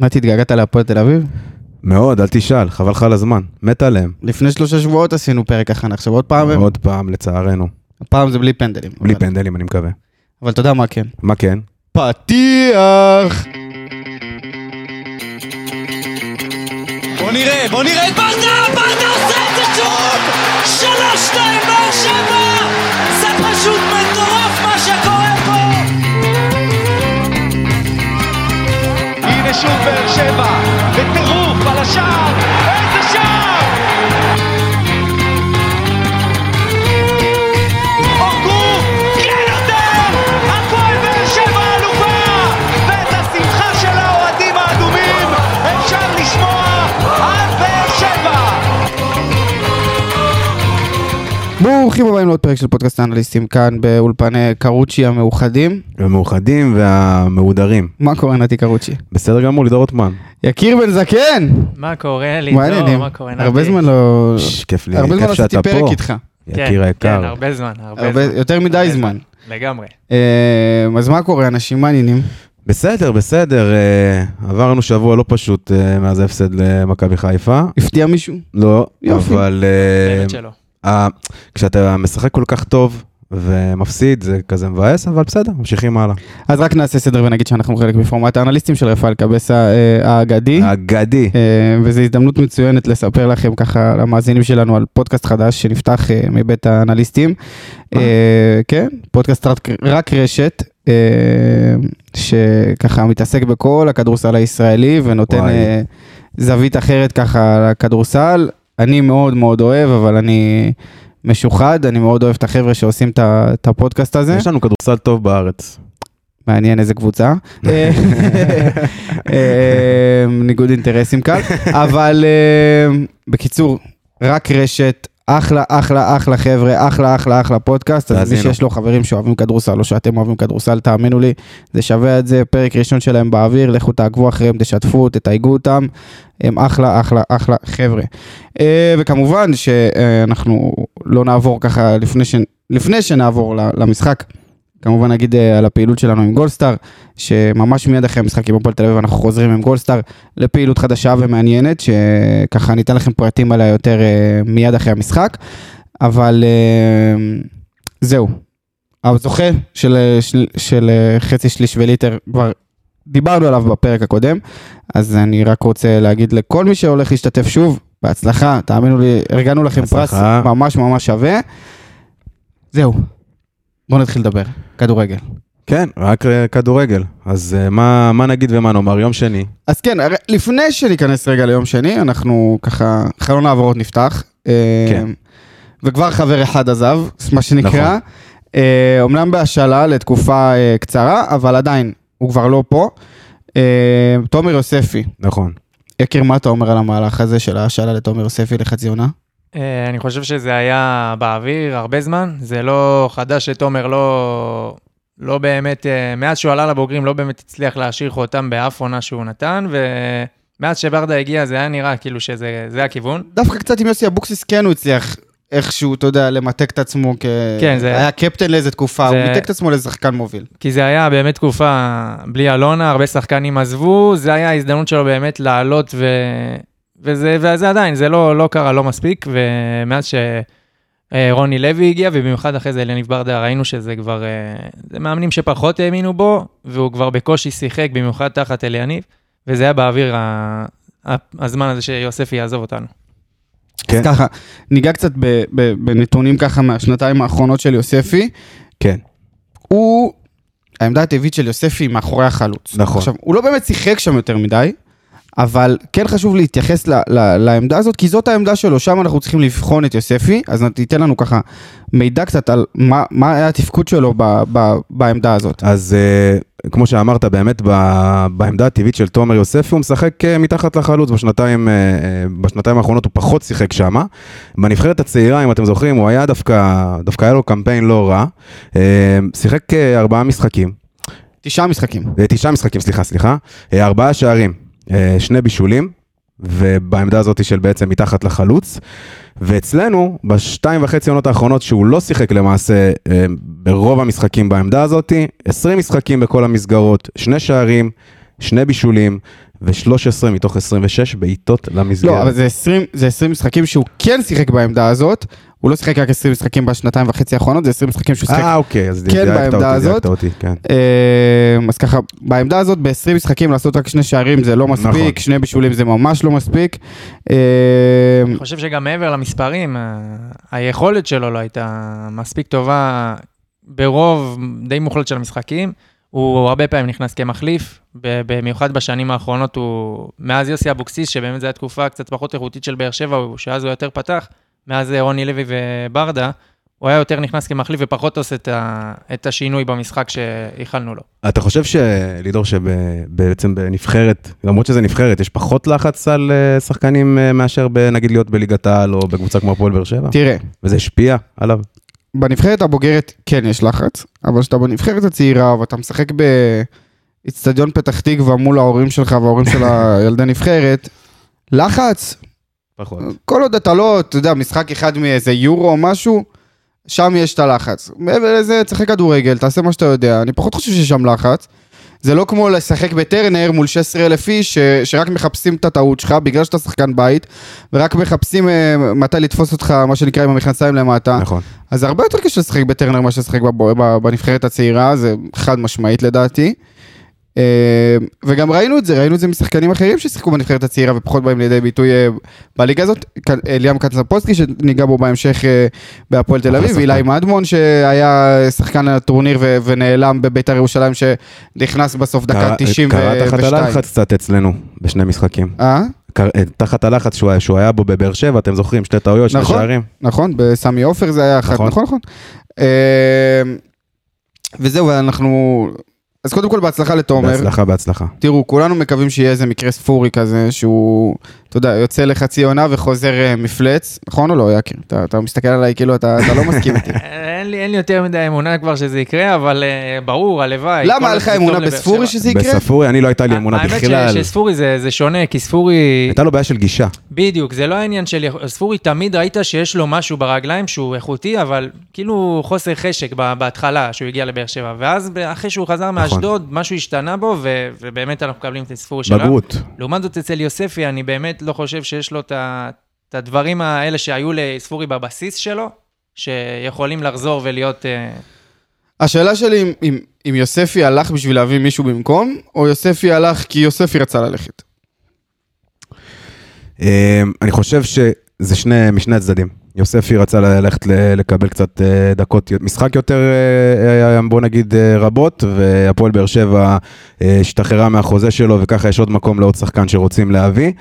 נתי, התגעגעת להפועל תל אביב? מאוד, אל תשאל, חבל לך על הזמן. מת עליהם. לפני שלושה שבועות עשינו פרק הכנה, עכשיו עוד פעם, עוד פעם, לצערנו. הפעם זה בלי פנדלים. בלי אבל- פנדלים, אני מקווה. אבל אתה יודע מה כן. מה כן? פתיח! בוא נראה, בוא נראה את ברדה, ברדה עושה את זה שוב! שלוש, שתיים, באר שבע! זה פשוט מטורף מה שקורה פה! הנה שוב באר שבע, בטירוף על השער, איזה שער! הוגו, כן יותר! הפועל באר שבע אלופה! ואת השמחה של האוהדים האדומים אפשר לשמוע עד באר שבע! ברוכים הבאים לעוד פרק של פודקאסט האנליסטים כאן באולפני קרוצ'י המאוחדים. המאוחדים והמהודרים. מה קורה נתי קרוצ'י? בסדר גמור, לידור רוטמן. יקיר בן זקן! מה קורה לי? לא, מה העניינים? מה קורה? נתי? הרבה זמן לא... ש, כיף לי, הרבה כיף זמן שאתה עשיתי פרק פה. איתך. כן, יקיר כן, היקר. הרבה זמן, הרבה הרבה- זמן. יותר מדי הרבה זמן. לגמרי. אה, אז מה קורה אנשים, מה העניינים? בסדר, בסדר. אה, עברנו שבוע לא פשוט אה, מאז ההפסד למכבי חיפה. הפתיע מישהו? לא, יופי. אבל אה, באמת שלא. אה, כשאתה משחק כל כך טוב ומפסיד, זה כזה מבאס, אבל בסדר, ממשיכים הלאה. אז רק נעשה סדר ונגיד שאנחנו חלק מפורמט האנליסטים של רפאל קבסה אה, האגדי. אגדי. אה, וזו הזדמנות מצוינת לספר לכם ככה למאזינים שלנו על פודקאסט חדש שנפתח אה, מבית האנליסטים. אה, כן, פודקאסט רק, רק רשת, אה, שככה מתעסק בכל הכדורסל הישראלי ונותן וואי. אה, זווית אחרת ככה לכדורסל. אני מאוד מאוד אוהב, אבל אני משוחד, אני מאוד אוהב את החבר'ה שעושים את ה- את הפודקאסט הזה. יש לנו כדורסל טוב בארץ. מעניין איזה קבוצה. אה, אה, ניגוד אינטרסים כאן, אבל אה, בקיצור, רק רשת, אחלה, אחלה, אחלה חבר'ה, אחלה, אחלה, אחלה פודקאסט, אז מי תאזינו. שיש לו חברים שאוהבים כדורסל או שאתם אוהבים כדורסל, תאמינו לי, זה שווה את זה, פרק ראשון שלהם באוויר, לכו תעקבו אחריהם, תשתפו, תתייגו אותם, הם אחלה, אחלה, אחלה חבר'ה. אה, וכמובן שאנחנו לא נעבור ככה לפני, ש... לפני שנעבור ל- למשחק. כמובן נגיד אה, על הפעילות שלנו עם גולדסטאר, שממש מיד אחרי המשחק עם הפועל תל אביב אנחנו חוזרים עם גולדסטאר לפעילות חדשה ומעניינת, שככה ניתן לכם פרטים עליה יותר אה, מיד אחרי המשחק, אבל אה, זהו. הזוכה של, אה, של, של אה, חצי שליש וליטר כבר דיברנו עליו בפרק הקודם, אז אני רק רוצה להגיד לכל מי שהולך להשתתף שוב, בהצלחה, תאמינו לי, ארגנו לכם פרס בהצלחה. ממש ממש שווה. זהו, בואו נתחיל לדבר, כדורגל. כן, רק אה, כדורגל. אז אה, מה, מה נגיד ומה נאמר? יום שני. אז כן, הרי- לפני שניכנס רגע ליום שני, אנחנו ככה, חלון העברות נפתח. אה, כן. וכבר חבר אחד עזב, מה שנקרא. נכון. אה, אומנם בהשאלה לתקופה אה, קצרה, אבל עדיין, הוא כבר לא פה. אה, תומר יוספי, נכון. יקיר, מה אתה אומר על המהלך הזה של ההשאלה לתומר יוספי לחצי עונה? אה, אני חושב שזה היה באוויר הרבה זמן, זה לא חדש שתומר לא... לא באמת, אה, מאז שהוא עלה לבוגרים לא באמת הצליח להשאיר חותם באף עונה שהוא נתן, ומאז שברדה הגיע זה היה נראה כאילו שזה זה הכיוון. דווקא קצת עם יוסי אבוקסיס כן הוא הצליח. איכשהו, אתה יודע, למתק את עצמו כ... כן, זה- היה קפטן לאיזה תקופה, זה- הוא מיתק את עצמו לאיזה שחקן מוביל. כי זה היה באמת תקופה בלי אלונה, הרבה שחקנים עזבו, זה היה ההזדמנות שלו באמת לעלות, ו... וזה, וזה עדיין, זה לא, לא קרה, לא מספיק, ומאז שרוני לוי הגיע, ובמיוחד אחרי זה אלניב ברדה, ראינו שזה כבר, אה, זה מאמנים שפחות האמינו בו, והוא כבר בקושי שיחק, במיוחד תחת אליניב, וזה היה באוויר ה... ה- הזמן הזה שיוספי יעזוב אותנו. כן. אז ככה, ניגע קצת ב, ב, בנתונים ככה מהשנתיים האחרונות של יוספי. כן. הוא, העמדה הטבעית של יוספי היא מאחורי החלוץ. נכון. עכשיו, הוא לא באמת שיחק שם יותר מדי, אבל כן חשוב להתייחס ל, ל, לעמדה הזאת, כי זאת העמדה שלו, שם אנחנו צריכים לבחון את יוספי, אז תיתן לנו ככה מידע קצת על מה, מה היה התפקוד שלו ב, ב, בעמדה הזאת. אז אה, כמו שאמרת, באמת ב- בעמדה הטבעית של תומר יוספי, הוא משחק אה, מתחת לחלוץ. בשנתיים, אה, אה, בשנתיים האחרונות הוא פחות שיחק שם. בנבחרת הצעירה, אם אתם זוכרים, הוא היה דווקא, דווקא היה לו קמפיין לא רע. אה, שיחק אה, ארבעה משחקים, תשעה משחקים. אה, תשעה משחקים, סליחה, סליחה. אה, ארבעה שערים, אה, שני בישולים, ובעמדה הזאת של בעצם מתחת לחלוץ. ואצלנו, בשתיים וחצי עונות האחרונות שהוא לא שיחק למעשה אה, ברוב המשחקים בעמדה הזאת, 20 משחקים בכל המסגרות, שני שערים, שני בישולים ו-13 מתוך 26 בעיטות למסגרת. לא, אבל זה 20, זה 20 משחקים שהוא כן שיחק בעמדה הזאת. הוא לא שיחק רק 20 משחקים בשנתיים וחצי האחרונות, זה 20 משחקים שהוא שיחק. אה, אוקיי, אז כן, דייקת בעמדה אותי, הזאת. דייקת אותי, כן. אה, אז ככה, בעמדה הזאת, ב-20 משחקים לעשות רק שני שערים זה לא מספיק, נכון. שני בישולים זה ממש לא מספיק. אה, אני חושב שגם מעבר למספרים, ה- היכולת שלו לא הייתה מספיק טובה ברוב די מוחלט של המשחקים. הוא הרבה פעמים נכנס כמחליף, ב- במיוחד בשנים האחרונות הוא, מאז יוסי אבוקסיס, שבאמת זו הייתה תקופה קצת פחות איכותית של באר שבע, הוא- שאז הוא יותר פתח, מאז אה, רוני לוי וברדה, הוא היה יותר נכנס כמחליף ופחות עושה את, ה- את השינוי במשחק שייחלנו לו. אתה חושב שלידור שבעצם בנבחרת, למרות שזה נבחרת, יש פחות לחץ על אה, שחקנים אה, מאשר ב- נגיד להיות בליגת העל או בקבוצה כמו הפועל באר שבע? תראה, וזה השפיע עליו? בנבחרת הבוגרת כן יש לחץ, אבל כשאתה בנבחרת הצעירה ואתה משחק באיצטדיון פתח תקווה מול ההורים שלך וההורים של הילדי נבחרת, לחץ, פחות. כל עוד אתה לא, אתה יודע, משחק אחד מאיזה יורו או משהו, שם יש את הלחץ. מעבר לזה, תשחק כדורגל, תעשה מה שאתה יודע, אני פחות חושב שיש שם לחץ. זה לא כמו לשחק בטרנר מול 16,000 איש ש- שרק מחפשים את הטעות שלך בגלל שאתה שחקן בית ורק מחפשים אה, מתי לתפוס אותך מה שנקרא עם המכנסיים למטה. נכון. אז זה הרבה יותר קשה לשחק בטרנר מאשר לשחק בב- ב- בנבחרת הצעירה, זה חד משמעית לדעתי. אה, וגם ראינו את זה, ראינו את זה משחקנים אחרים ששיחקו בנבחרת הצעירה ופחות באים לידי ביטוי אה, בליגה הזאת. כ- אה, ליאם קצנפוסקי שניגע בו בהמשך אה, בהפועל תל אחלה אביב, שחקן. אילי מדמון שהיה שחקן הטורניר ו- ונעלם בביתר ירושלים שנכנס בסוף דקה קרה- 92. קרה תחת הלחץ קצת אצלנו בשני משחקים. אה? קר- אה, תחת הלחץ שהוא היה- שהוא היה בו בבאר שבע, אתם זוכרים, שתי טעויות, שני נכון. שערים. נכון, בסמי עופר זה היה אחת, נכון. נכון, נכון. אה, וזהו, אנחנו... אז קודם כל בהצלחה לתומר. בהצלחה, בהצלחה. תראו, כולנו מקווים שיהיה איזה מקרה ספורי כזה, שהוא, אתה יודע, יוצא לחצי עונה וחוזר אה, מפלץ, נכון או לא, יקיר? אתה, אתה מסתכל עליי כאילו אתה, אתה לא מסכים איתי. אה, אין לי, אין לי יותר מדי אמונה כבר שזה יקרה, אבל אה, ברור, הלוואי. כל למה, היה עוד לך זה טוב אמונה לבאר בספורי שבע. שזה יקרה? בספורי, אני לא הייתה לי אמונה האמת ש- בכלל. שספורי זה, זה שונה, כי ספורי... הייתה לו בעיה של גישה. בדיוק, זה לא העניין של... יכ- ספורי תמיד ראית שיש לו משהו ברגליים שהוא איכותי, אבל כאילו חוסר חשק ב- בהתחלה, שהוא הגיע לבאר שבע. ואז ב- אחרי שהוא נכון. חזר מאשדוד, משהו השתנה בו, ו- ובאמת אנחנו מקבלים את הספורי שלנו. בגרות. לעומת זאת, אצל יוספי, אני באמת לא חושב שיש לו את ה- את הדברים האלה שהיו לספורי בבסיס שלו, שיכולים לחזור ולהיות... אה, השאלה שלי אם, אם, אם יוספי הלך בשביל להביא מישהו במקום, או יוספי הלך כי יוספי רצה ללכת. אה, אני חושב שזה שני, משני הצדדים. יוספי רצה ללכת ל- לקבל קצת אה, דקות, משחק יותר, אה, אה, בוא נגיד, אה, רבות, והפועל באר שבע אה, השתחררה מהחוזה שלו, וככה יש עוד מקום לעוד שחקן שרוצים להביא.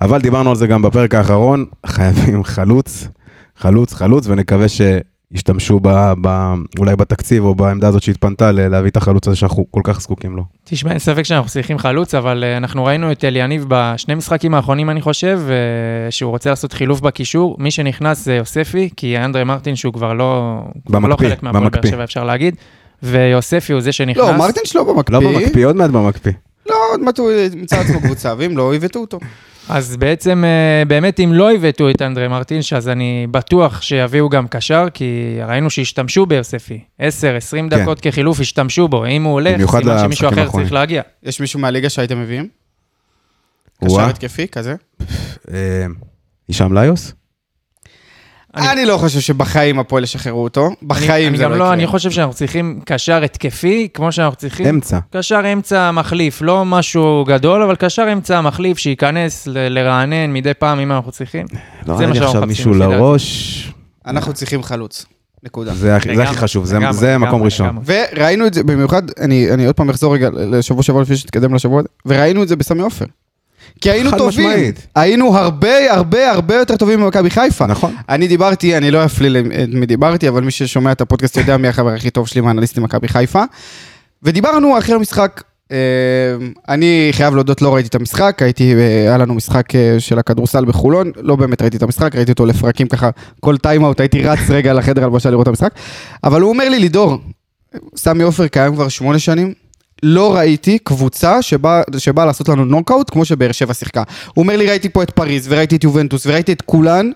אבל דיברנו על זה גם בפרק האחרון, חייבים חלוץ, חלוץ, חלוץ, ונקווה שישתמשו ב, ב, אולי בתקציב או בעמדה הזאת שהתפנתה ל- להביא את החלוץ הזה שאנחנו כל כך זקוקים לו. תשמע, אין ספק שאנחנו צריכים חלוץ, אבל אה, אנחנו ראינו את אליניב בשני משחקים האחרונים, אני חושב, אה, שהוא רוצה לעשות חילוף בקישור. מי שנכנס זה יוספי, כי אנדרי מרטין, שהוא כבר לא, כבר לא במקפיא, חלק מהפועל באר במקפיא. שבע, אפשר להגיד, ויוספי הוא זה שנכנס. לא, מרטין שלו במקפיא. לא במקפיא, עוד מעט במקפיא. לא, עוד מעט הוא ימצא עצמו קבוצה, ואם לא, יבטאו אותו. אז בעצם, אה, באמת, אם לא יבטאו את אנדרי מרטינש, אז אני בטוח שיביאו גם קשר, כי ראינו שהשתמשו ביוספי. 10-20 כן. דקות כחילוף השתמשו בו. אם הוא הולך, במיוחד סימן שמישהו למשחקים אחר האחרונים. צריך להגיע. יש מישהו מהליגה שהייתם מביאים? קשר וואה, התקפי כזה? אה, הישאם ליוס? אני, לא חושב שבחיים הפועל ישחררו אותו. בחיים אני זה גם לא יקרה. אני חושב שאנחנו צריכים קשר התקפי, כמו שאנחנו צריכים אמצע. קשר אמצע מחליף, לא משהו גדול, אבל קשר אמצע מחליף שייכנס ל- לרענן מדי פעם אם אנחנו צריכים. לא ראה זה מה לי שאנחנו עכשיו מחפשים, מישהו לפי דעתי. לראש, אנחנו צריכים חלוץ. נקודה. זה הכי זה לגמרי, הכי חשוב, זה- לגמרי, זה לגמרי, מקום ראשון. לגמרי. וראינו את זה במיוחד, אני, אני עוד פעם אחזור רגע לשבוע שעבר לפני שתתקדם לשבוע הזה, וראינו את זה בסמי עופר. כי היינו חד טובים, משמעית. היינו הרבה הרבה הרבה יותר טובים ממכבי חיפה. נכון. אני דיברתי, אני לא אפליל את מי דיברתי, אבל מי ששומע את הפודקאסט יודע מי החבר הכי טוב שלי מהאנליסטים מכבי חיפה. ודיברנו אחרי המשחק, אה, אני חייב להודות, לא ראיתי את המשחק, הייתי, אה, היה לנו משחק אה, של הכדורסל בחולון, לא באמת ראיתי את המשחק, ראיתי אותו לפרקים ככה, כל טיימאוט, הייתי רץ רגע לחדר הלבשה לראות את המשחק, אבל הוא אומר לי, לידור, סמי עופר קיים כבר שמונה שנים, לא ראיתי קבוצה שבאה שבא לעשות לנו נוקאוט כמו שבאר שבע שיחקה. הוא אומר לי, ראיתי פה את פריז, וראיתי את יובנטוס, וראיתי את כולן,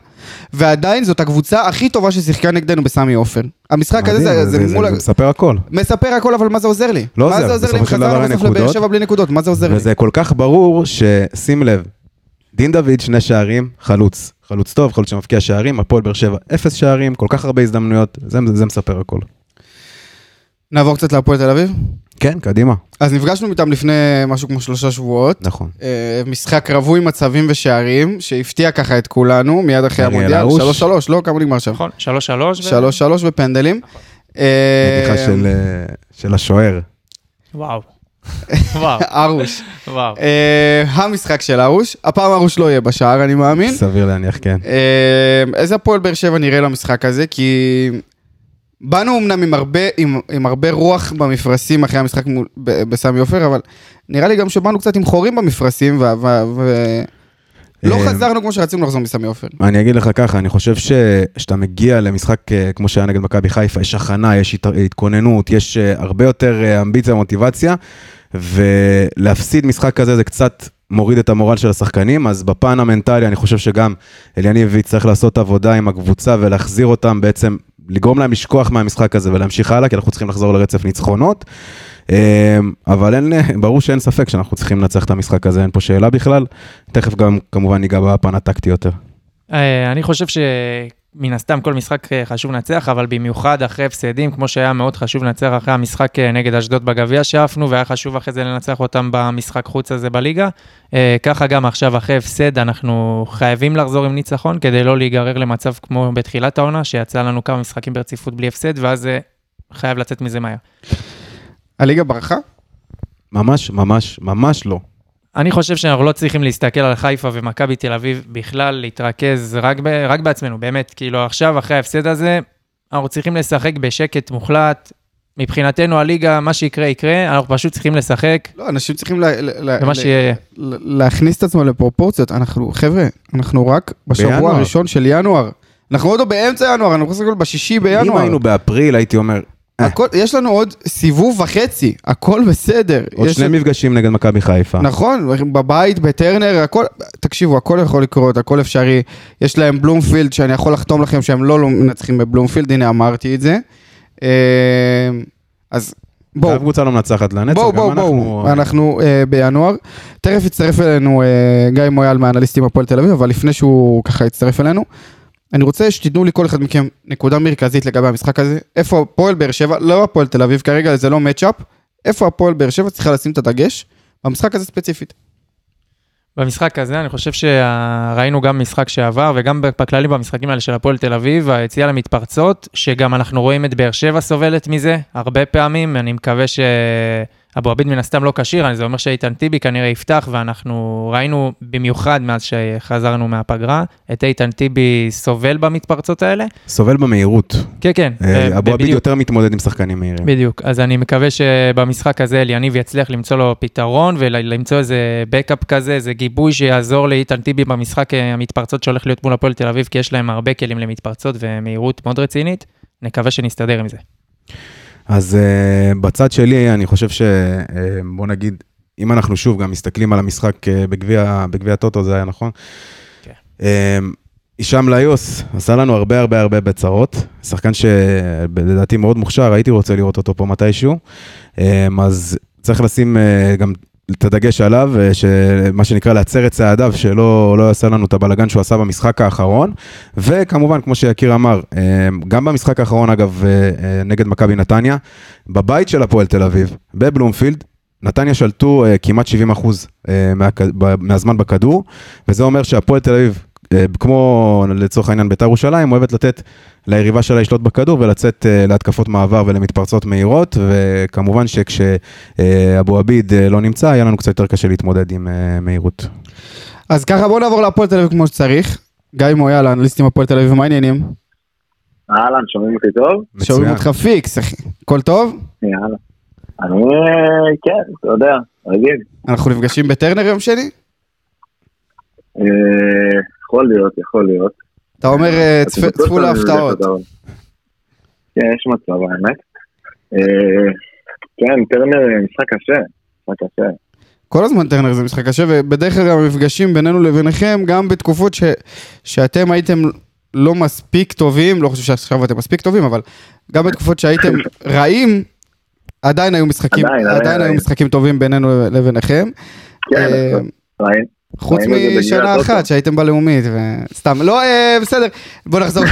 ועדיין זאת הקבוצה הכי טובה ששיחקה נגדנו בסמי עופר. המשחק הזה מדהים, זה, זה, מול... ה- זה מספר הכל. מספר הכל, אבל מה זה עוזר לי? לא מה עוזר, זה עוזר לי בסופו אם של דבר חזרנו אין בסוף לבאר נקודות. שבע בלי נקודות? מה זה עוזר לי? וזה כל כך ברור ששים לב, דין דוד שני שערים, חלוץ. חלוץ טוב, חלוץ שמבקיע שערים, הפועל באר שבע אפס שערים, כל כך הרבה הזדמנויות, זה, זה מספר הכל. נעבור קצת להפועל תל אביב? כן, קדימה. אז נפגשנו איתם לפני משהו כמו שלושה שבועות. נכון. אה, משחק רווי מצבים ושערים, שהפתיע ככה את כולנו מיד אחרי אריאל המונדיאל. הרוש. 3-3, לא? כמה נגמר שם? נכון, 3-3. 3-3 בפנדלים. אה, בדיחה של, אה, של השוער. וואו. וואו, ארוש. וואו. אה, המשחק של ארוש. הפעם ארוש לא יהיה בשער, אני מאמין. סביר להניח, כן. אה, איזה הפועל באר שבע נראה למשחק הזה? כי באנו אמנם עם הרבה, עם, עם הרבה רוח במפרשים אחרי המשחק מול- ב- בסמי עופר, אבל נראה לי גם שבאנו קצת עם חורים במפרשים, ולא ו- ו- לא אה, חזרנו כמו שרצינו לחזור מסמי עופר. אני אגיד לך ככה, אני חושב שכשאתה מגיע למשחק אה, כמו שהיה נגד מכבי חיפה, יש הכנה, יש הת- התכוננות, יש אה, הרבה יותר אה, אמביציה ומוטיבציה, ולהפסיד משחק כזה זה קצת מוריד את המורל של השחקנים, אז בפן המנטלי אני חושב שגם אליניב יצטרך לעשות עבודה עם הקבוצה ולהחזיר אותם בעצם, לגרום להם לשכוח מהמשחק הזה ולהמשיך הלאה, כי אנחנו צריכים לחזור לרצף ניצחונות. אה, אבל אין, ברור שאין ספק שאנחנו צריכים לנצח את המשחק הזה, אין פה שאלה בכלל. תכף גם כמובן ניגע בפן הטקטי יותר. אה, אני חושב שמן הסתם כל משחק אה, חשוב לנצח, אבל במיוחד אחרי הפסדים, כמו שהיה מאוד חשוב לנצח אחרי המשחק אה, נגד אשדוד בגביע שאפנו, והיה חשוב אחרי זה לנצח אותם במשחק חוץ הזה בליגה. אה, ככה גם עכשיו אחרי הפסד, אנחנו חייבים לחזור עם ניצחון כדי לא להיגרר למצב כמו בתחילת העונה, שיצא לנו כמה משחקים ברציפות בלי הפסד, ואז אה, חייב לצאת מזה מהר. הליגה ברחה? ממש, ממש, ממש לא. אני חושב שאנחנו לא צריכים להסתכל על חיפה ומכבי תל אביב בכלל, להתרכז רק, ב, רק בעצמנו, באמת. כאילו עכשיו, אחרי ההפסד הזה, אנחנו צריכים לשחק בשקט מוחלט. מבחינתנו הליגה, מה שיקרה יקרה, אנחנו פשוט צריכים לשחק, לא, אנשים צריכים לה, לה, לה, ומה לה, שיהיה... להכניס את עצמם לפרופורציות. אנחנו, חבר'ה, אנחנו רק בשבוע בינואר. הראשון של ינואר. אנחנו עוד לא באמצע ינואר, אנחנו בסך הכל בשישי בינואר. אם היינו אה. באפריל, הייתי אומר, הכל, יש לנו עוד סיבוב וחצי, הכל בסדר. עוד יש- שני מפגשים נגד מכבי חיפה. נכון, בבית, בטרנר, הכל, תקשיבו, הכל יכול לקרות, הכל אפשרי. יש להם בלומפילד, שאני יכול לחתום לכם שהם לא לא מנצחים בבלומפילד, הנה אמרתי את זה. אה, אז בואו, אף קבוצה לא מנצחת לנצח, בואו, גם בואו, בואו, אנחנו אה, בינואר. תכף יצטרף אלינו אה, גיא מויאל מהאנליסטים הפועל תל אביב, אבל לפני שהוא ככה יצטרף אלינו, אני רוצה שתיתנו לי כל אחד מכם נקודה מרכזית לגבי המשחק הזה. איפה הפועל באר שבע, לא הפועל תל אביב כרגע, זה לא מצ'אפ, איפה הפועל באר שבע צריכה לשים את הדגש? במשחק הזה ספציפית. במשחק הזה, אני חושב שראינו גם משחק שעבר, וגם בכללי במשחקים האלה של הפועל תל אביב, היציאה למתפרצות, שגם אנחנו רואים את באר שבע סובלת מזה הרבה פעמים. אני מקווה שאבו עביד מן הסתם לא כשיר, זה אומר שאיתן טיבי כנראה יפתח, ואנחנו ראינו במיוחד מאז שחזרנו מהפגרה, את איתן טיבי סובל במתפרצות האלה. אה, סובל במהירות. כן, כן. אה, אבו עביד בדיוק. יותר מתמודד עם שחקנים מהירים. בדיוק, אז אני מקווה שבמשחק הזה אליניב יצליח למצוא לו פתרון ולמצוא איזה בקאפ כזה, איזה גיבוי שיעזור לאיתן טיבי במשחק אה, המתפרצות שהולך להיות מול הפועל תל אביב, כי יש להם הרבה כלים למתפרצות ומהירות מאוד רצינית. נקווה שנסתדר עם זה. אז uh, בצד שלי, אני חושב ש... Uh, בוא נגיד, אם אנחנו שוב גם מסתכלים על המשחק אה, בגביע בגביע הטוטו, זה היה נכון? כן. אה, הישאם ליוס עשה לנו הרבה הרבה הרבה בצרות, שחקן שלדעתי מאוד מוכשר, הייתי רוצה לראות אותו פה מתישהו, אה, אז צריך לשים אה, גם את הדגש עליו, אה, שמה שנקרא להצר את צעדיו, שלא לא יעשה לנו את הבלגן שהוא עשה במשחק האחרון, וכמובן, כמו שיקיר אמר, אה, גם במשחק האחרון, אגב, אה, אה, נגד מכבי נתניה, בבית של הפועל תל אביב, בבלומפילד, נתניה שלטו אה, כמעט 70 אחוז אה, מהזמן בכדור, וזה אומר שהפועל תל אביב, אה, כמו לצורך העניין בית"ר ירושלים, אוהבת לתת ליריבה שלה לשלוט בכדור ולצאת אה, להתקפות מעבר ולמתפרצות מהירות, וכמובן שכשאבו עביד אה, לא נמצא, היה לנו קצת יותר קשה להתמודד עם אה, מהירות. אז ככה בואו נעבור להפועל תל אביב כמו שצריך. גיא מויאל, האנליסטים הפועל תל אביב, מה העניינים? אהלן, שומעים אותי טוב? שומעים אותך פיקס, אחי. הכל טוב? יאללה. אני, אה, כן, אתה יודע, רגיל. אנחנו נפגשים בטרנר יום שני? אה, יכול להיות, יכול להיות. אתה אומר, אה, צפ- אז בטוח צפו אני- להפתעות. כן, יש מצב, האמת. אה, כן, טרנר משחק קשה, משחק קשה. כל הזמן טרנר זה משחק קשה, ובדרך כלל המפגשים בינינו לביניכם, גם בתקופות ש, שאתם הייתם לא מספיק טובים, לא חושב שעכשיו אתם מספיק טובים, אבל גם בתקופות שהייתם רעים, עדיין היו משחקים, עדיין, עדיין, עדיין היו עדיין. משחקים טובים בינינו לביניכם. כן, אה, ראינו. חוץ ראינו את זה בגביע משנה הטוטו. אחת שהייתם בלאומית, וסתם, לא, אה, בסדר, בוא נחזור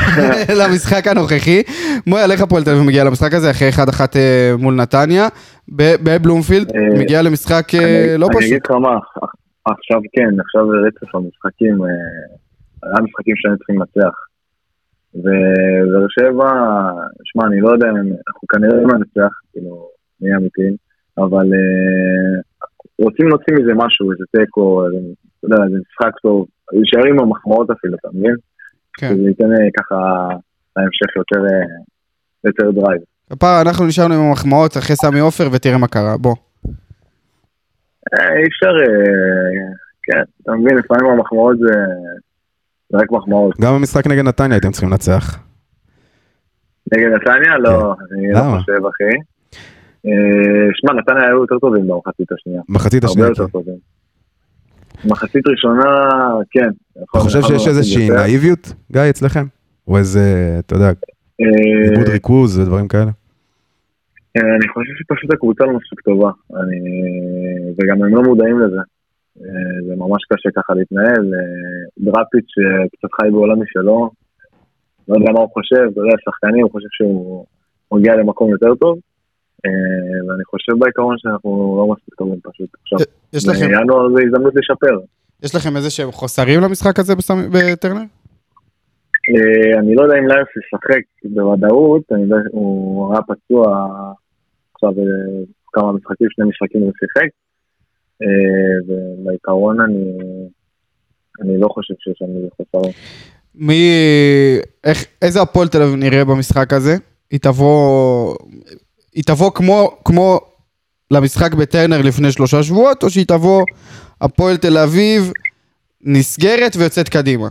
למשחק הנוכחי. מויה, איך הפועל תל אביב מגיע למשחק הזה, אחרי 1-1 אה, מול נתניה, ב- בבלומפילד, אה, מגיע למשחק אה, אני- לא אני פשוט. אגיד לך מה, אח- עכשיו כן, עכשיו רצף המשחקים, אה, היה משחקים שהיינו צריכים לנצח. ובאר שבע, שמע, אני לא יודע, אם- אנחנו כנראה לא ננצח, כאילו, נהיה אמיתיים, אבל אה, רוצים להוציא מזה משהו, איזה תיקו, איזה- אתה יודע, זה משחק טוב, להישאר עם המחמאות אפילו, אתה מבין? כן. שזה ייתן אה, ככה להמשך יותר, אה, יותר דרייב. הפעם אנחנו נשארנו עם המחמאות אחרי סמי עופר, ותראה מה קרה, בוא. אה, אי אפשר, אה, כן, אתה מבין, לפעמים המחמאות זה זה רק מחמאות. גם במשחק נגד נתניה הייתם צריכים לנצח. נגד נתניה? לא, אני לא כן. למה? חושב, אחי. אה, שמע, נתניה היו יותר טובים במחצית השנייה. מחצית הרבה השנייה. יותר טובים. מחצית ראשונה, כן. אתה חושב לא שיש איזושהי נאיביות, גיא, אצלכם? או איזה, אתה יודע, אה, איבוד ריכוז ודברים כאלה? אה, אני חושב שפשוט הקבוצה לא מספיק טובה, אני... וגם הם לא מודעים לזה. אה, זה ממש קשה ככה להתנהל. אה, דראפיץ' אה, קצת חי בעולם משלו, לא יודע מה הוא חושב, אתה יודע, שחקני, הוא חושב שהוא מגיע למקום יותר טוב. אה, ואני חושב בעיקרון שאנחנו לא מספיק טובים פשוט עכשיו. יש לכם, בינואר זה הזדמנות לשפר. יש לכם איזה שהם חוסרים למשחק הזה בסמי- בטרנר? אה, אני לא יודע אם לארץ ישחק בוודאות, אני יודע, הוא היה פצוע עכשיו אה, כמה משחקים, שני משחקים הוא שיחק, אה, ובעיקרון אני, אני לא חושב שיש שם איזה חוסר. מי... איך... איזה הפועל תל אביב נראה במשחק הזה? היא תבוא... היא תבוא כמו, כמו למשחק בטרנר לפני שלושה שבועות, או שהיא תבוא הפועל תל אביב נסגרת ויוצאת קדימה?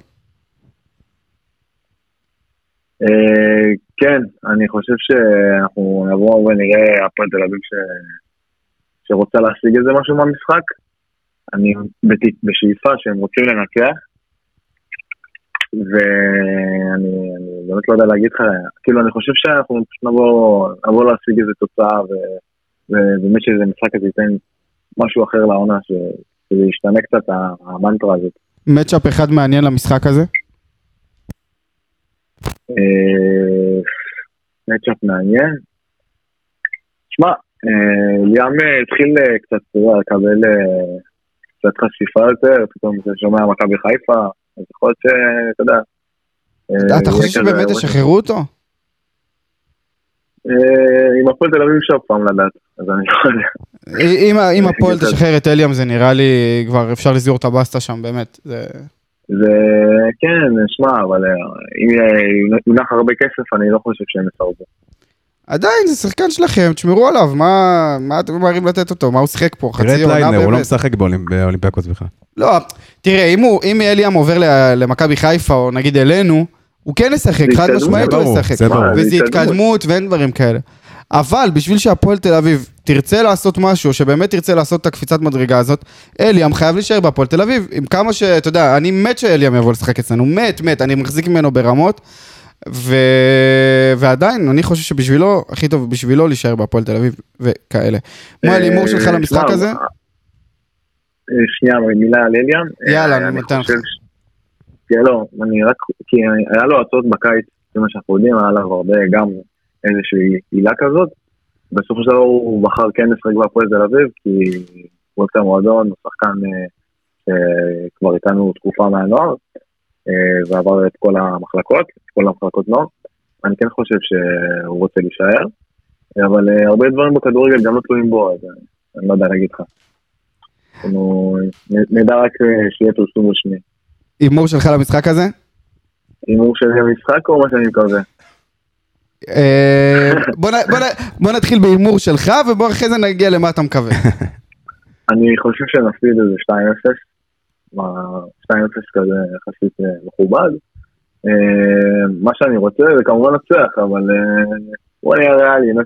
אה, כן, אני חושב שאנחנו נבוא ונראה הפועל תל אביב ש... שרוצה להשיג איזה משהו מהמשחק. אני בת- בשאיפה שהם רוצים לנצח. ואני אני באמת לא יודע להגיד לך, כאילו אני חושב שאנחנו פשוט נבוא, נבוא להשיג איזה תוצאה ו, ובאמת שזה משחק הזה ייתן משהו אחר לעונה, ש, שזה ישתנה קצת ה- המנטרה הזאת. מצ'אפ אחד מעניין למשחק הזה? אה, מצ'אפ מעניין. שמע, אה, ליאם אה, התחיל אה, קצת, אתה יודע, לקבל אה, קצת חשיפה יותר, פתאום אתה שומע מכבי חיפה, אז יכול להיות שאתה יודע. אה, אתה חושב יהיה כזה- שבאמת ישחררו אותו? אה, עם הפועל תל אביב אפשר פעם לדעת, אז אני לא יודע. אם, אם הפועל בגלל זה. תשחרר את אליאם זה נראה לי כבר אפשר לסגור את הבסטה שם באמת. זה... זה כן, שמע, אבל אה, אם אה, יונח הרבה כסף, אני לא חושב שהם יסרבו. עדיין זה שחקן שלכם, תשמרו עליו, מה, מה אתם ממהרים לתת אותו? מה הוא שיחק פה? תראה את חצי עונה ליינר, הוא לא באמת? משחק באולימ- באולימפיאקוס בכלל. לא, תראה, אם, הוא, אם אליאם עובר ל- למכבי חיפה או נגיד אלינו, הוא כן ישחק, זה חד התקדמות. משמעית זה הוא ברור, ישחק. זה ברור. וזה זה התקדמות. התקדמות ואין דברים כאלה. אבל בשביל שהפועל תל אביב תרצה לעשות משהו, שבאמת תרצה לעשות את הקפיצת מדרגה הזאת, אליאם חייב להישאר בהפועל תל אביב. עם כמה ש... אתה יודע, אני מת שאליאם יבוא לשחק אצלנו, מת, מת, אני מחזיק ממנו ברמות. ו... ועדיין, אני חושב שבשבילו, הכי טוב בשבילו להישאר בהפועל תל אביב וכאלה. מה ההימור שלך אה, למשחק שמע, הזה? אה, שנייה, מילה על אליאן. יאללה, אה, אני נותן חושב ש- כן, לא, אני רק... כי היה לו הצעות בקיץ, זה מה שאנחנו יודעים, היה עליו הרבה גם איזושהי עילה כזאת. בסופו של דבר הוא בחר כן לשחק בהפועל תל אביב, כי הוא אוהב את המועדון, הוא שחקן אה, שכבר איתנו תקופה מהנוער, אה, ועבר את כל המחלקות, את כל המחלקות נוער. אני כן חושב שהוא רוצה להישאר, אבל אה, הרבה דברים בכדורגל גם לא תלויים בו, אז אה, אני לא יודע להגיד לך. אנחנו נ- נדע רק אה, שיהיה פרסום רשמי. הימור שלך למשחק הזה? הימור של המשחק או מה שאני מקווה? אה, בוא נ- בוא נ- בוא נתחיל בהימור שלך, ובוא אחרי זה נגיע למה אתה מקווה. אני חושב שנפסיד איזה 2-0, מה, 2-0 כזה יחסית אה, מכובד. אה, מה שאני רוצה זה כמובן נצח, אבל אה, בוא נהיה ריאלי, עם 0-0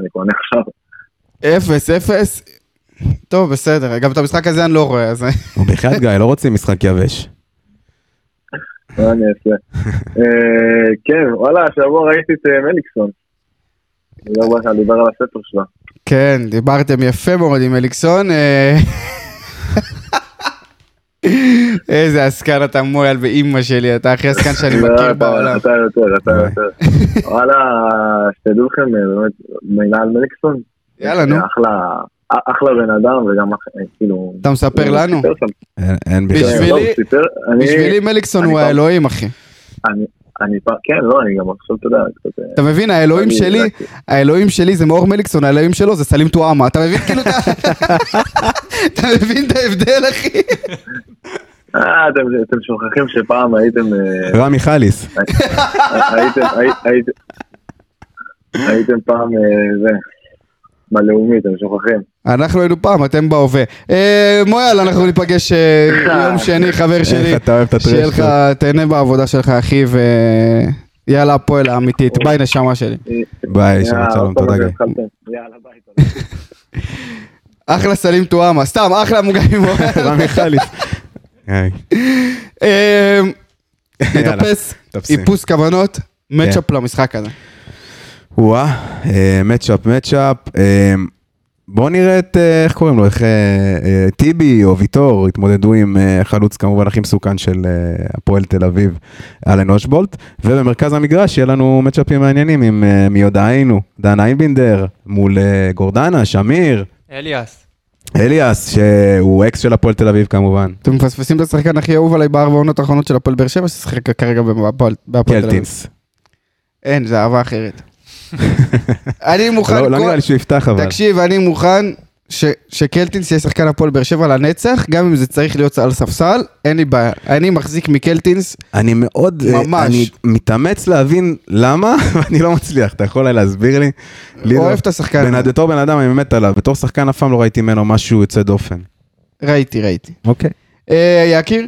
אני קונה עכשיו. אפס, אפס. טוב, בסדר. גם את המשחק הזה אני לא רואה, אז... נו, בחייאת גיא, לא רוצים משחק יבש. מה אני אעשה? אה, כן, וואלה, השבוע ראיתי את אה, מליקסון. אני לא יודע דיבר על הספר שלה. כן, דיברתם יפה מאוד עם אליקסון. אה. איזה עסקן אתה מויאל באימא שלי, אתה הכי עסקן שאני לא, מכיר אתה- בעולם. אתה יותר, אתה יותר. וואלה, שתדעו לכם, אה, באמת, מילה על מליקסון. יאללה, נו. אחלה, אה, אחלה בן אדם, וגם אה, כאילו... אתה מספר הוא לנו. סיפר שם אין- אין בכלל. בשבילי- לא, הוא סיפר, אני- בשבילי מליקסון אני הוא פעם- האלוהים, אחי. אני- אני פעם, כן, לא, אני גם עכשיו, אתה יודע, קצת... אה, אתה מבין, האלוהים אני- שלי, האלוהים שלי זה מאור מליקסון, האלוהים שלו זה סלים טועמה. אתה מבין, כאילו, אתה- אתה מבין את ההבדל, אחי? אה, אתם אתם שוכחים שפעם הייתם... אה, רמי חליס. הייתם, הייתם, הייתם פעם, אה, זה, בלאומית, אתם שוכחים. אנחנו היינו פעם, אתם בהווה. אה, מויאל, אנחנו ניפגש אה, יום שני, חבר שלי. איך אתה אוהב את הטרש שיהיה לך, תהנה בעבודה שלך, אחי, ויאללה, הפועל האמיתית. ביי, נשמה שלי. אה, ביי, שבת שלום, אוקיי, תודה גיא. גיא. יאללה, ביי, תודה. אחלה סלים טועמה, סתם, אחלה מוגעים. רמי חליס. היי. אה, יאללה, כן. נטפס, תופסים. איפוס כוונות, מצ'אפ למשחק הזה. וואה, מצ'אפ, מצ'אפ. בואו אה, נראה את, אה, איך קוראים לו, איך אה, אה, טיבי או ויטור התמודדו עם אה, חלוץ כמובן הכי מסוכן של אה, הפועל תל אביב, אלן אושבולט, ובמרכז המגרש יהיה לנו מצ'אפים מעניינים עם אה, מי עוד היינו, דן איינבינדר מול אה, גורדנה, שמיר, אליאס. אליאס, שהוא אקס של הפועל תל אביב כמובן, אתם מפספסים את השחקן הכי אהוב עליי בארבע עונות האחרונות של הפועל באר שבע, ששיחק כרגע בהפועל בהפועל תל אביב. קלטינס. אין, זה אהבה אחרת. אני מוכן... לא לא כל- נראה לי שהוא יפתח אבל. תקשיב, אני מוכן ש- שקלטינס יהיה שחקן הפועל באר שבע לנצח, גם אם זה צריך להיות על ספסל, אין לי בעיה. אני מחזיק מקלטינס, אני מאוד, אה, ממש. אני מתאמץ להבין למה, ואני לא מצליח, אתה יכול אולי להסביר לי? לי אוהב זה- את השחקן בן- הזה. בתור בן אדם אני מת עליו, בתור שחקן אף פעם לא ראיתי ממנו משהו יוצא דופן. ראיתי, ראיתי. אוקיי. אה, יקיר?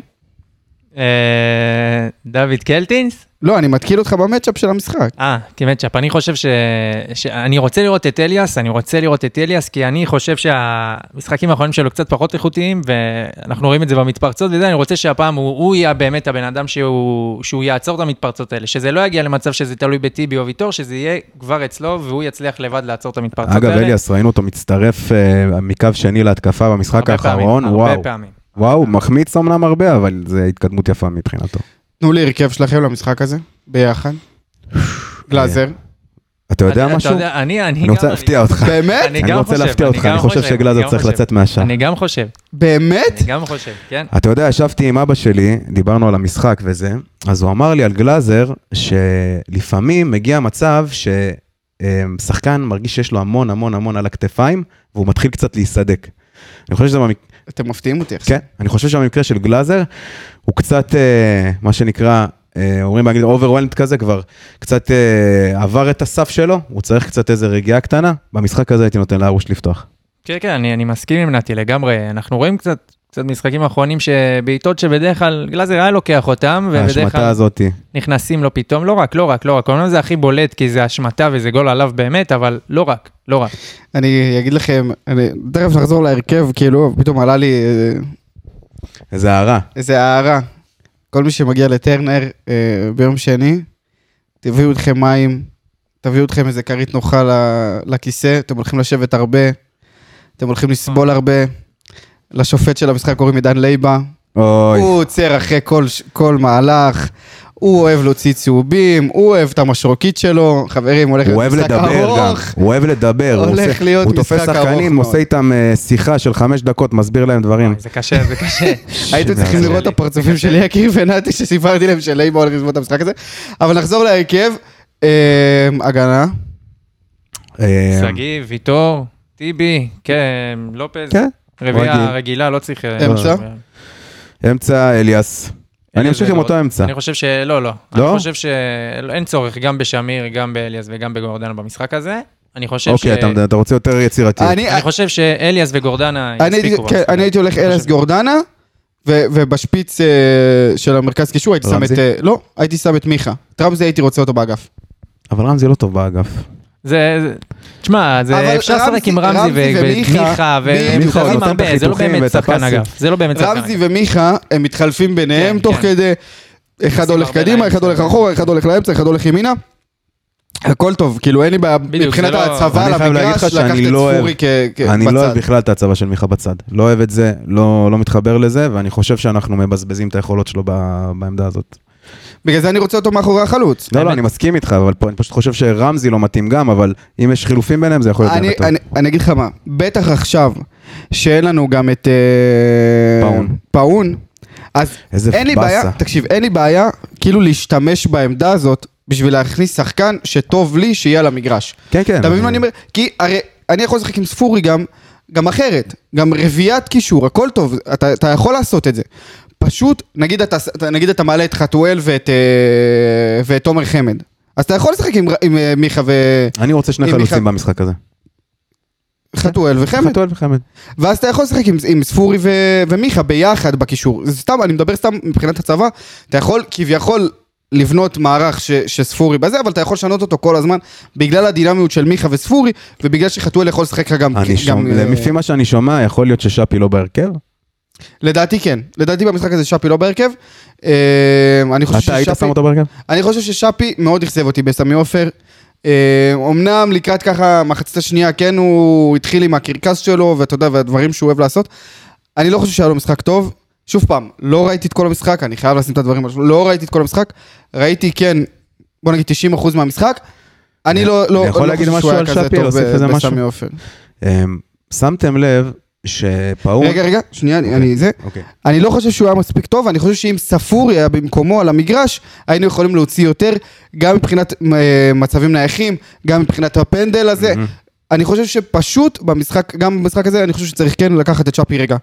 אה, דוד קלטינס? לא, אני מתקיל אותך במצ'אפ של המשחק. אה, כמצ'אפ. אני חושב ש... ש... אני רוצה לראות את אליאס, אני רוצה לראות את אליאס, כי אני חושב שהמשחקים האחרונים שלו קצת פחות איכותיים, ואנחנו רואים את זה במתפרצות וזה, אני רוצה שהפעם הוא, הוא יהיה באמת הבן אדם שהוא, שהוא יעצור את המתפרצות האלה, שזה לא יגיע למצב שזה תלוי בטיבי או ויטור, שזה יהיה כבר אצלו, והוא יצליח לבד לעצור את המתפרצות אגב, האלה. אליאס, ראינו אותו מצטרף אה, מקו שני להתקפה במשחק הרבה פעמים, האחרון, וואו. הרבה פעמים. וואו, מחמיץ אמנם הרבה, אבל זו התקדמות יפה מבחינתו. תנו לי הרכב שלכם למשחק הזה, ביחד. גלאזר. אתה יודע אתה- אתה משהו? יודע, אני, אני, אני גם- רוצה להפתיע אותך. באמת? אני אני גם רוצה חושב, להפתיע אני אותך, גם אני חושב חושב, אני שגלאזר גם צריך חושב. לצאת מהשער. אני גם חושב, באמת? אני גם חושב, כן. אתה יודע, ישבתי עם אבא שלי, דיברנו על המשחק וזה, אז הוא אמר לי על גלאזר, שלפעמים מגיע מצב ששחקן מרגיש שיש לו המון המון המון על הכתפיים, והוא מתחיל קצת להיסדק. אני חושב שזה במק... אתם מפתיעים אותי עכשיו. כן, אני חושב שהמקרה של גלאזר, הוא קצת, אה, מה שנקרא, אה, אומרים באנגלית אוברוולנד כזה כבר, קצת אה, עבר את הסף שלו, הוא צריך קצת איזה רגיעה קטנה, במשחק הזה הייתי נותן לארוש לפתוח. כן, כן, אני, אני מסכים עם נתי לגמרי. אנחנו רואים קצת, קצת משחקים האחרונים שבעיטות שבדרך כלל גלאזר היה לוקח אותם, ובדרך ההשמטה כלל הזאתי. נכנסים לו פתאום, לא רק, לא רק, לא רק. אומנם זה הכי בולט כי זה השמטה וזה גול עליו באמת, אבל לא רק, לא רק. אני אגיד לכם, אני תכף נחזור להרכב, כאילו, פתאום עלה לי אה, איזה הערה. איזה הערה. כל מי שמגיע לטרנר אה, ביום שני, תביאו איתכם מים, תביאו איתכם איזה כרית נוחה ל- לכיסא, אתם הולכים לשבת הרבה, אתם הולכים לסבול הרבה. לשופט של המשחק קוראים עידן לייבה, אוי. הוא עוצר אחרי כל, ש- כל מהלך, הוא אוהב להוציא צהובים, הוא אוהב את המשרוקית שלו, חברים, הולך הוא אוהב להיות משחק לדבר גם, ארוך. הוא אוהב לדבר, הוא הולך עושה- להיות הוא תופס משחק ארוך שחקנים, מאוד. עושה איתם אה, שיחה של חמש דקות, מסביר להם דברים. זה קשה, זה קשה. הייתם צריכים זה לראות את הפרצופים של יקיר ונתי שסיפרתי להם שלייבו הולך לזמות את המשחק הזה. אבל נחזור להרכב. אמ, הגנה, אה, שגיב, ויטור, טיבי, כן, לופז. כן, רגיל. רביעייה רגילה, לא צריך... אה, אמצע? אמצע אליאס. אני אמשיך עם אותו אמצע. אני חושב שלא, לא. לא? אני חושב שאין צורך גם בשמיר, גם באליאס וגם בגורדנה במשחק הזה. אני חושב ש... אוקיי, אתה- אתה רוצה יותר יצירתי. אני- אני חושב שאליאס וגורדנה אני הייתי- יספיקו. כן, אני הייתי הולך אלס גורדנה, ו- ובשפיץ אה, של המרכז קישור הייתי שם רמזי? את... אה, לא, הייתי שם את מיכה. טראמזי הייתי רוצה אותו באגף. אבל רמזי לא טוב באגף. זה, זה- תשמע, זה- אבל אפשר לשחק רמזי- עם רמזי רמזי ומיכה- ומיכה מיכה, הוא ומיכה, נותן את הרבה, זה לא החיתוכים באמת ואת שחקן הפסים. אגף, זה לא באמת שחקן רמזי אגף. ומיכה, הם מתחלפים ביניהם כן, תוך כן. כדי, אחד עושים הולך הרבה קדימה, ליינים. אחד אה. הולך אחורה, אחד הולך לאמצע, אחד הולך ימינה. הכל טוב, כאילו אין לי בעיה בדיוק, מבחינת זה לא- ההצבה אני על חייב להגיד המגרש, לך לקחת שאני את לא אוהב, ספורי כ- כ- אני לא כן, בצד. אוהב בכלל את ההצבה של מיכה בצד. לא אוהב את זה, לא לא מתחבר לזה, ואני חושב שאנחנו מבזבזים את היכולות שלו ב- בעמדה הזאת. בגלל זה אני רוצה אותו מאחורי החלוץ. לא, לא, האמת- אני מסכים איתך, אבל פה אני פשוט חושב שרמזי לא מתאים גם, אבל אם יש חילופים ביניהם זה יכול להיות אני, באמת טוב. אני, אני אגיד לך מה, בטח עכשיו, שאין לנו גם את... אה, פאון. פאון, אז איזה אין לי באסה. בעיה, תקשיב, אין לי בעיה כאילו להשתמש בעמדה הזאת בשביל להכניס שחקן שטוב לי שיהיה על המגרש. כן, כן. אתה מבין מה אני אומר? כי הרי אני יכול לשחק עם ספורי גם, גם אחרת, גם רביעיית קישור, הכל טוב, אתה, אתה יכול לעשות את זה. פשוט, נגיד אתה, אתה- נגיד אתה מעלה את חתואל ואת, אה, ואת תומר חמד, אז אתה יכול לשחק עם, ר- עם אה, מיכה אני רוצה שני אם מיכה- חלוצים במשחק הזה. כן. וחתואל וחמד, חתואל וחמד. ואז אתה יכול לשחק עם, עם ספורי ו, ומיכה ביחד בקישור. זה סתם, אני מדבר סתם מבחינת הצבא, אתה יכול כביכול לבנות מערך ש, שספורי בזה, אבל אתה יכול לשנות אותו כל הזמן, בגלל הדינמיות של מיכה וספורי, ובגלל שחתואל יכול לשחק לך גם... אני גם, שומע, אה, לפי מה שאני שומע, יכול להיות ששאפי לא בהרכב? לדעתי כן. לדעתי במשחק הזה שפי לא בהרכב. אה, אני חושב אתה היית ששאפי- שם אותו בהרכב? אני חושב ששאפי מאוד אכזב אותי בסמי עופר. אה, אומנם לקראת ככה מחצית השנייה, כן, הוא התחיל עם הקרקס שלו, ואתה יודע, והדברים שהוא אוהב לעשות. אני לא חושב שהיה לו משחק טוב. שוב פעם, לא ראיתי את כל המשחק, אני חייב לשים את הדברים על השולחן. לא ראיתי את כל המשחק. ראיתי, כן, בוא נגיד 90% מהמשחק. אני לא, לא, אני יכול לא להגיד חושב שהוא משהו היה על כזה שפי, טוב להוסיף ב- איזה משהו? בסמי עופר. אמ, שמתם לב שפאון... אה, רגע, רגע, שנייה, אני- אני זה. אוקיי. אני לא חושב שהוא היה מספיק טוב, אני חושב שאם ספורי היה במקומו על המגרש, היינו יכולים להוציא יותר, גם מבחינת אה, מצבים נייחים, גם מבחינת הפנדל הזה. אני חושב שפשוט במשחק, גם במשחק הזה, אני חושב שצריך כן לקחת את שפי רגע.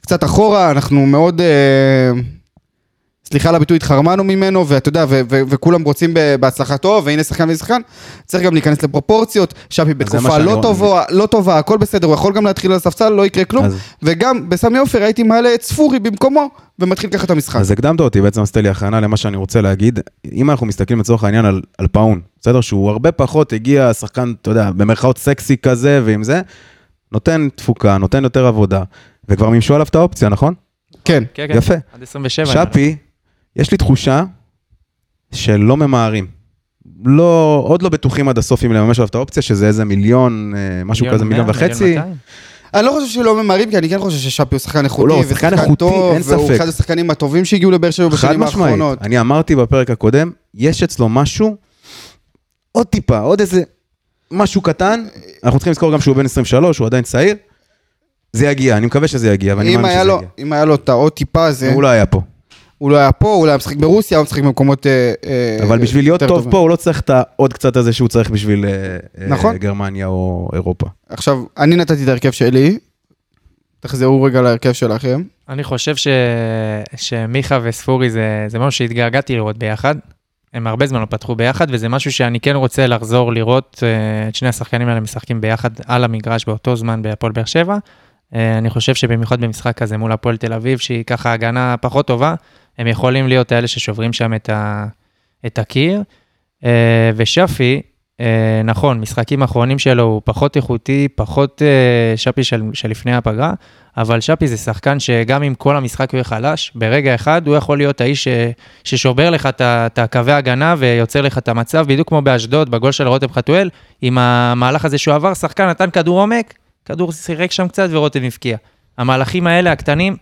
קצת אחורה, אנחנו מאוד... אה, סליחה על הביטוי, התחרמנו ממנו, ואתה יודע, ו- ו- וכולם רוצים ב- בהצלחתו, והנה שחקן וזה שחקן. צריך גם להיכנס לפרופורציות, שפי מה בתקופה שאני לא רואה. טובה, לא טובה, הכל בסדר, הוא יכול גם להתחיל על הספסל, לא יקרה כלום. אז- וגם בסמי עופר הייתי מעלה את ספורי במקומו, ומתחיל ככה את המשחק. אז הקדמת אותי, בעצם עשית לי הכנה למה שאני רוצה להגיד. אם אנחנו מסתכלים לצורך העניין על, על פאון, בסדר? שהוא הרבה פחות הגיע שחקן, אתה יודע, במרכאות סקסי כזה ועם זה, נותן תפוקה, נותן יותר עבודה, וכבר מימשו עליו את האופציה, נכון? כן. כן, כן. יפה. עד 27. אני שפי, יש לי תחושה שלא ממהרים. לא, עוד לא בטוחים עד הסוף אם לממש עליו את האופציה, שזה איזה מיליון, אה, משהו כזה, מאה, מיליון וחצי. מיליון מאתיים. אני לא חושב שלא ממהרים, כי אני כן חושב ששפי הוא שחקן איכותי, לא, הוא שחקן ושחקן איכותי, טוב, אין והוא ספק. אחד השחקנים הטובים שהגיעו לבאר שבע חד בשנים משמעית. האחרונות. אני אמרתי בפרק הקודם, יש אצלו משהו, עוד טיפה, עוד איזה משהו קטן. אנחנו צריכים לזכור גם שהוא בן 23, הוא עדיין צעיר. זה יגיע, אני מקווה שזה יגיע, ואני אם מאמין היה שזה לו- יגיע. אם היה לו את העוד טיפה הזה, הוא לא היה פה. הוא לא היה פה, הוא לא היה משחק ברוסיה, הוא משחק במקומות... אה, אה, אבל בשביל להיות יותר טוב טובים. פה, הוא לא צריך את העוד קצת הזה שהוא צריך בשביל אה, אה, נכון. גרמניה או אירופה. עכשיו, אני נתתי את ההרכב שלי, תחזרו רגע להרכב שלכם. אני חושב ש... שמיכה וספורי זה, זה משהו שהתגעגעתי לראות ביחד. הם הרבה זמן לא פתחו ביחד, וזה משהו שאני כן רוצה לחזור לראות אה, את שני השחקנים האלה משחקים ביחד על המגרש באותו זמן בהפועל באר שבע. אה, אני חושב שבמיוחד במשחק הזה מול הפועל תל אביב, שהיא ככה הגנה פחות טובה, הם יכולים להיות האלה ששוברים שם את, ה... את הקיר. אה, ושפי, אה, נכון, משחקים אחרונים שלו הוא פחות איכותי, פחות אה, שפי של, של לפני הפגרה, אבל שפי זה שחקן שגם אם כל המשחק יהיה חלש, ברגע אחד הוא יכול להיות האיש ש, ששובר לך את ה- את הקווי הגנה ויוצר לך את המצב, בדיוק כמו באשדוד, בגול של רותם חתואל, עם המהלך הזה שהוא עבר, שחקן נתן כדור עומק, כדור שיחק שם קצת ורותם הבקיע. המהלכים האלה, הקטנים,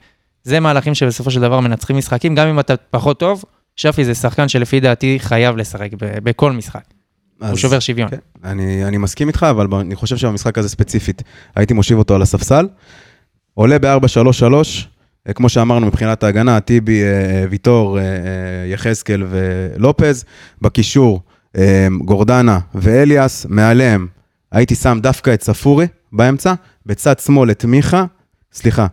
זה מהלכים שבסופו של דבר מנצחים משחקים, גם אם אתה פחות טוב, שפי זה שחקן שלפי דעתי חייב לשחק ב- בכל משחק. הוא אז- שובר שוויון. כן, אני, אני מסכים איתך, אבל ב- אני חושב שבמשחק הזה ספציפית, הייתי מושיב אותו על הספסל. עולה ב-4-3-3, אה, כמו שאמרנו, מבחינת ההגנה, טיבי, אה, אה, ויטור, אה, אה, יחזקאל ולופז. בקישור, אה, גורדנה ואליאס, מעליהם הייתי שם דווקא את ספורי באמצע, בצד שמאל את מיכה, סליחה,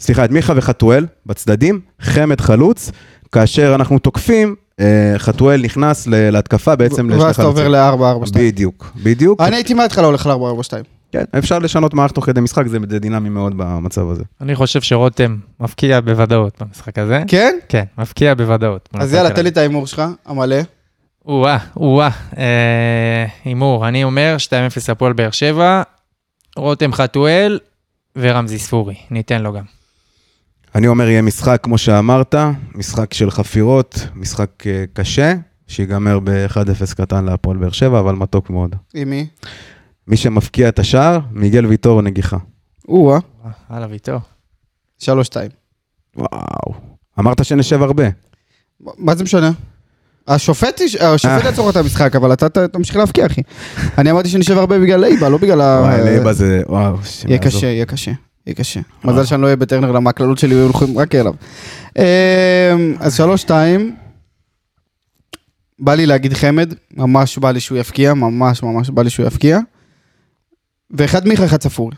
סליחה, את מיכה וחתואל בצדדים, חמד חלוץ, כאשר אנחנו תוקפים, אה, חתואל נכנס ל- להתקפה בעצם לשני ואז אתה עובר חלוצים. ל-4-4-2. בדיוק, בדיוק. לא אני הייתי מההתחלה הולך ל-4-4-2. כן, אפשר לשנות מערך תוך כדי משחק, זה זה דינמי מאוד במצב הזה. אני חושב שרותם מפקיע בוודאות במשחק הזה. כן? כן, מפקיע בוודאות. אז יאללה, תן לי את ההימור שלך, המלא. או-אה, או-אה, אה, הימור, אני אומר 2-0 הפועל באר שבע, רותם חתואל ורמזי ספורי, ניתן לו גם. אני אומר, יהיה משחק, כמו שאמרת, משחק של חפירות, משחק אה, קשה, שיגמר ב-1-0 קטן להפועל באר שבע, אבל מתוק מאוד. עם מי? מי שמפקיע את השער, מיגל ויטור נגיחה. או-אה, אה, הלאה ויטור. 3-2. וואו. אמרת שנשב הרבה. אה, מה זה משנה? השופט יש- השופט אה. יעצור את המשחק, אבל אתה ת- תמשיך להבקיע, אחי. אני אמרתי שנשב הרבה בגלל לייבה, לא בגלל ה... וואי, לייבה זה, אה. וואו, השם יהיה יעזור. קשה, יהיה קשה. יהיה קשה. מזל שאני לא אהיה בטרנר, למה הקללות שלי היו הולכים רק אליו. אמ, אז שלוש, שתיים. בא לי להגיד חמד, ממש בא לי שהוא יפקיע, ממש ממש בא לי שהוא יפקיע. ואחד מיכה, אחד ספורי.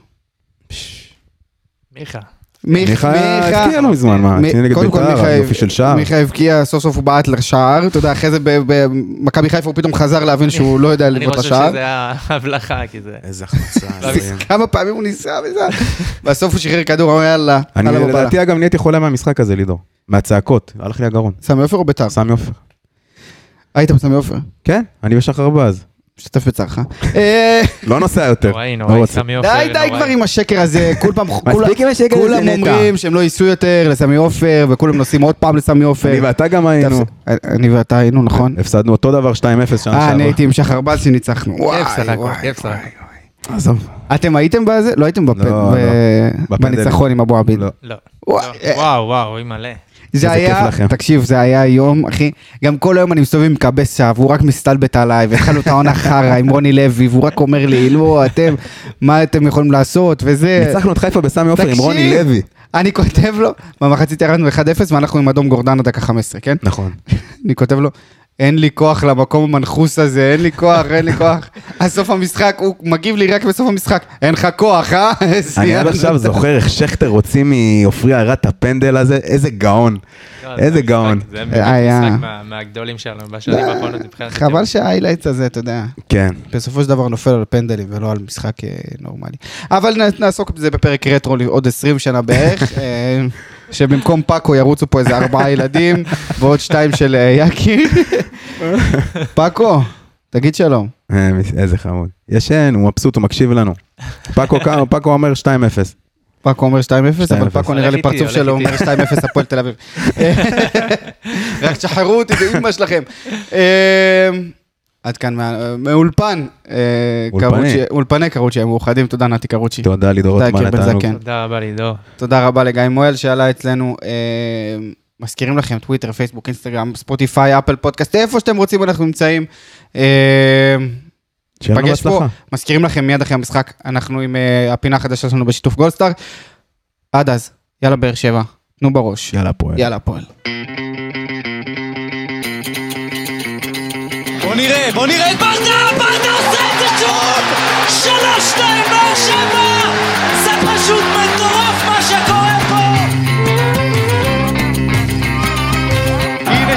מיכה. מיכה, מיכה הבקיע לא מזמן, מה? מ- שני נגד קודם כל, מיכה- בית"ר, יופי של שער. מיכה הבקיע סוף סוף הוא בעט לשער, אתה יודע, אחרי זה ב- במכבי חיפה הוא פתאום חזר להבין שהוא לא יודע אני לבעוט חושב לשער. שזה היה הבלחה, כי זה... איזה החמצה. איזה- כמה פעמים הוא ניסה וזה, בסוף הוא שחרר כדור, הוא אמר יאללה, אני יאללה בפעלה. לדעתי, אגב, נהייתי חולה מהמשחק הזה, לידור. מהצעקות, הלך לי הגרון. סמי עופר או ביתר? סמי עופר. היית בסמי עופר, כן, אני בשחר בז. משתתף בצערך. אה, לא נוסע יותר. נוראי, לא נוראי, רוצה. סמי עופר. די, די נוראי. כבר עם השקר הזה, כל פעם, כולם- מספיק עם השקר הזה, כולם נטע. אומרים שהם לא ייסעו יותר לסמי עופר, וכולם נוסעים עוד פעם לסמי עופר. אני ואתה גם היינו. תפס- אני ואתה היינו, נכון? הפסדנו אותו דבר 2-0 שנה אה, אני שעברה. הייתי עם שחר בז שניצחנו. וואי, כיף סך הכל, וואי. כיף סך הכל. עזוב. אתם הייתם בזה? לא הייתם בפ- לא, לא. ב- בפנדלים. בניצחון עם אבו עביד. לא. לא. וואי, לא. וואו, וואו, אוי מלא. לא, זה איזה היה, כיף לכם. תקשיב, זה היה יום, אחי, גם כל היום אני מסתובב עם קבסה, והוא רק מסתלבט עליי, והתחלנו את העונה חרא עם רוני לוי, והוא רק אומר לי, לא, אתם, מה אתם יכולים לעשות, וזה... ניצחנו את חיפה בסמי עופר עם אה, תקשיב, רוני לוי. אני כותב לו, במחצית ירדנו 1-0 ואנחנו עם אדום גורדן עד דקה 15, כן? נכון. אני כותב לו, אין לי כוח למקום המנחוס הזה, אין לי כוח, אין לי כוח. אז סוף המשחק, הוא מגיב לי רק בסוף המשחק, אין לך כוח, אה? אני עד עכשיו זוכר איך שכטר הוציא מעופרי ארד את הפנדל הזה, איזה גאון. לא, איזה זה משחק- גאון. אה, זה באמת היה. משחק מה- מהגדולים שלנו בשנים האחרונות מבחינת... חבל שההיילייטס הזה, אתה יודע, כן. בסופו של דבר נופל על פנדלים ולא על משחק אה, נורמלי. אבל נ- נעסוק בזה בפרק רטרו עוד 20 שנה בערך, אה, שבמקום פאקו ירוצו פה איזה ארבעה ילדים ועוד שתיים של אה, יאקי. פאקו, תגיד שלום. אה, איזה חמוד. ישן, הוא מבסוט, הוא מקשיב לנו. פאקו קם, פאקו אומר 2-0. פאקו אומר 2-0, אבל 2-0. פאקו נראה לי הולך איתי, פרצוף שלו הולך אומר 2-0 הפועל תל אביב. רק תשחררו אותי באימא שלכם. אה, עד כאן מה- מאולפן אה, אולפני. קרוצ'י- אולפני קרוצ'י המאוחדים, תודה נתי קרוצ'י. תודה לידור תודה, רוטמן, קיבל התענוג. זקן. תודה רבה לידור. תודה רבה לגיא מואל שעלה אצלנו. אה, מזכירים לכם, טוויטר, פייסבוק, אינסטגרם, ספוטיפיי, אפל פודקאסט, איפה שאתם רוצים אנחנו נמצאים. אה, שיהיה לנו ניפגש פה. בהצלחה. מזכירים לכם מיד אחרי המשחק, אנחנו עם אה, הפינה החדשה שלנו בשיתוף גולדסטאר. עד אז, יאללה באר שבע, תנו בראש. יאללה פועל. יאללה הפועל. בוא נראה, בוא נראה את ברדה, ברדה עושה את זה שוב! שלוש, שתיים, באר שבע! זה פשוט מטורף מה שקורה פה! הנה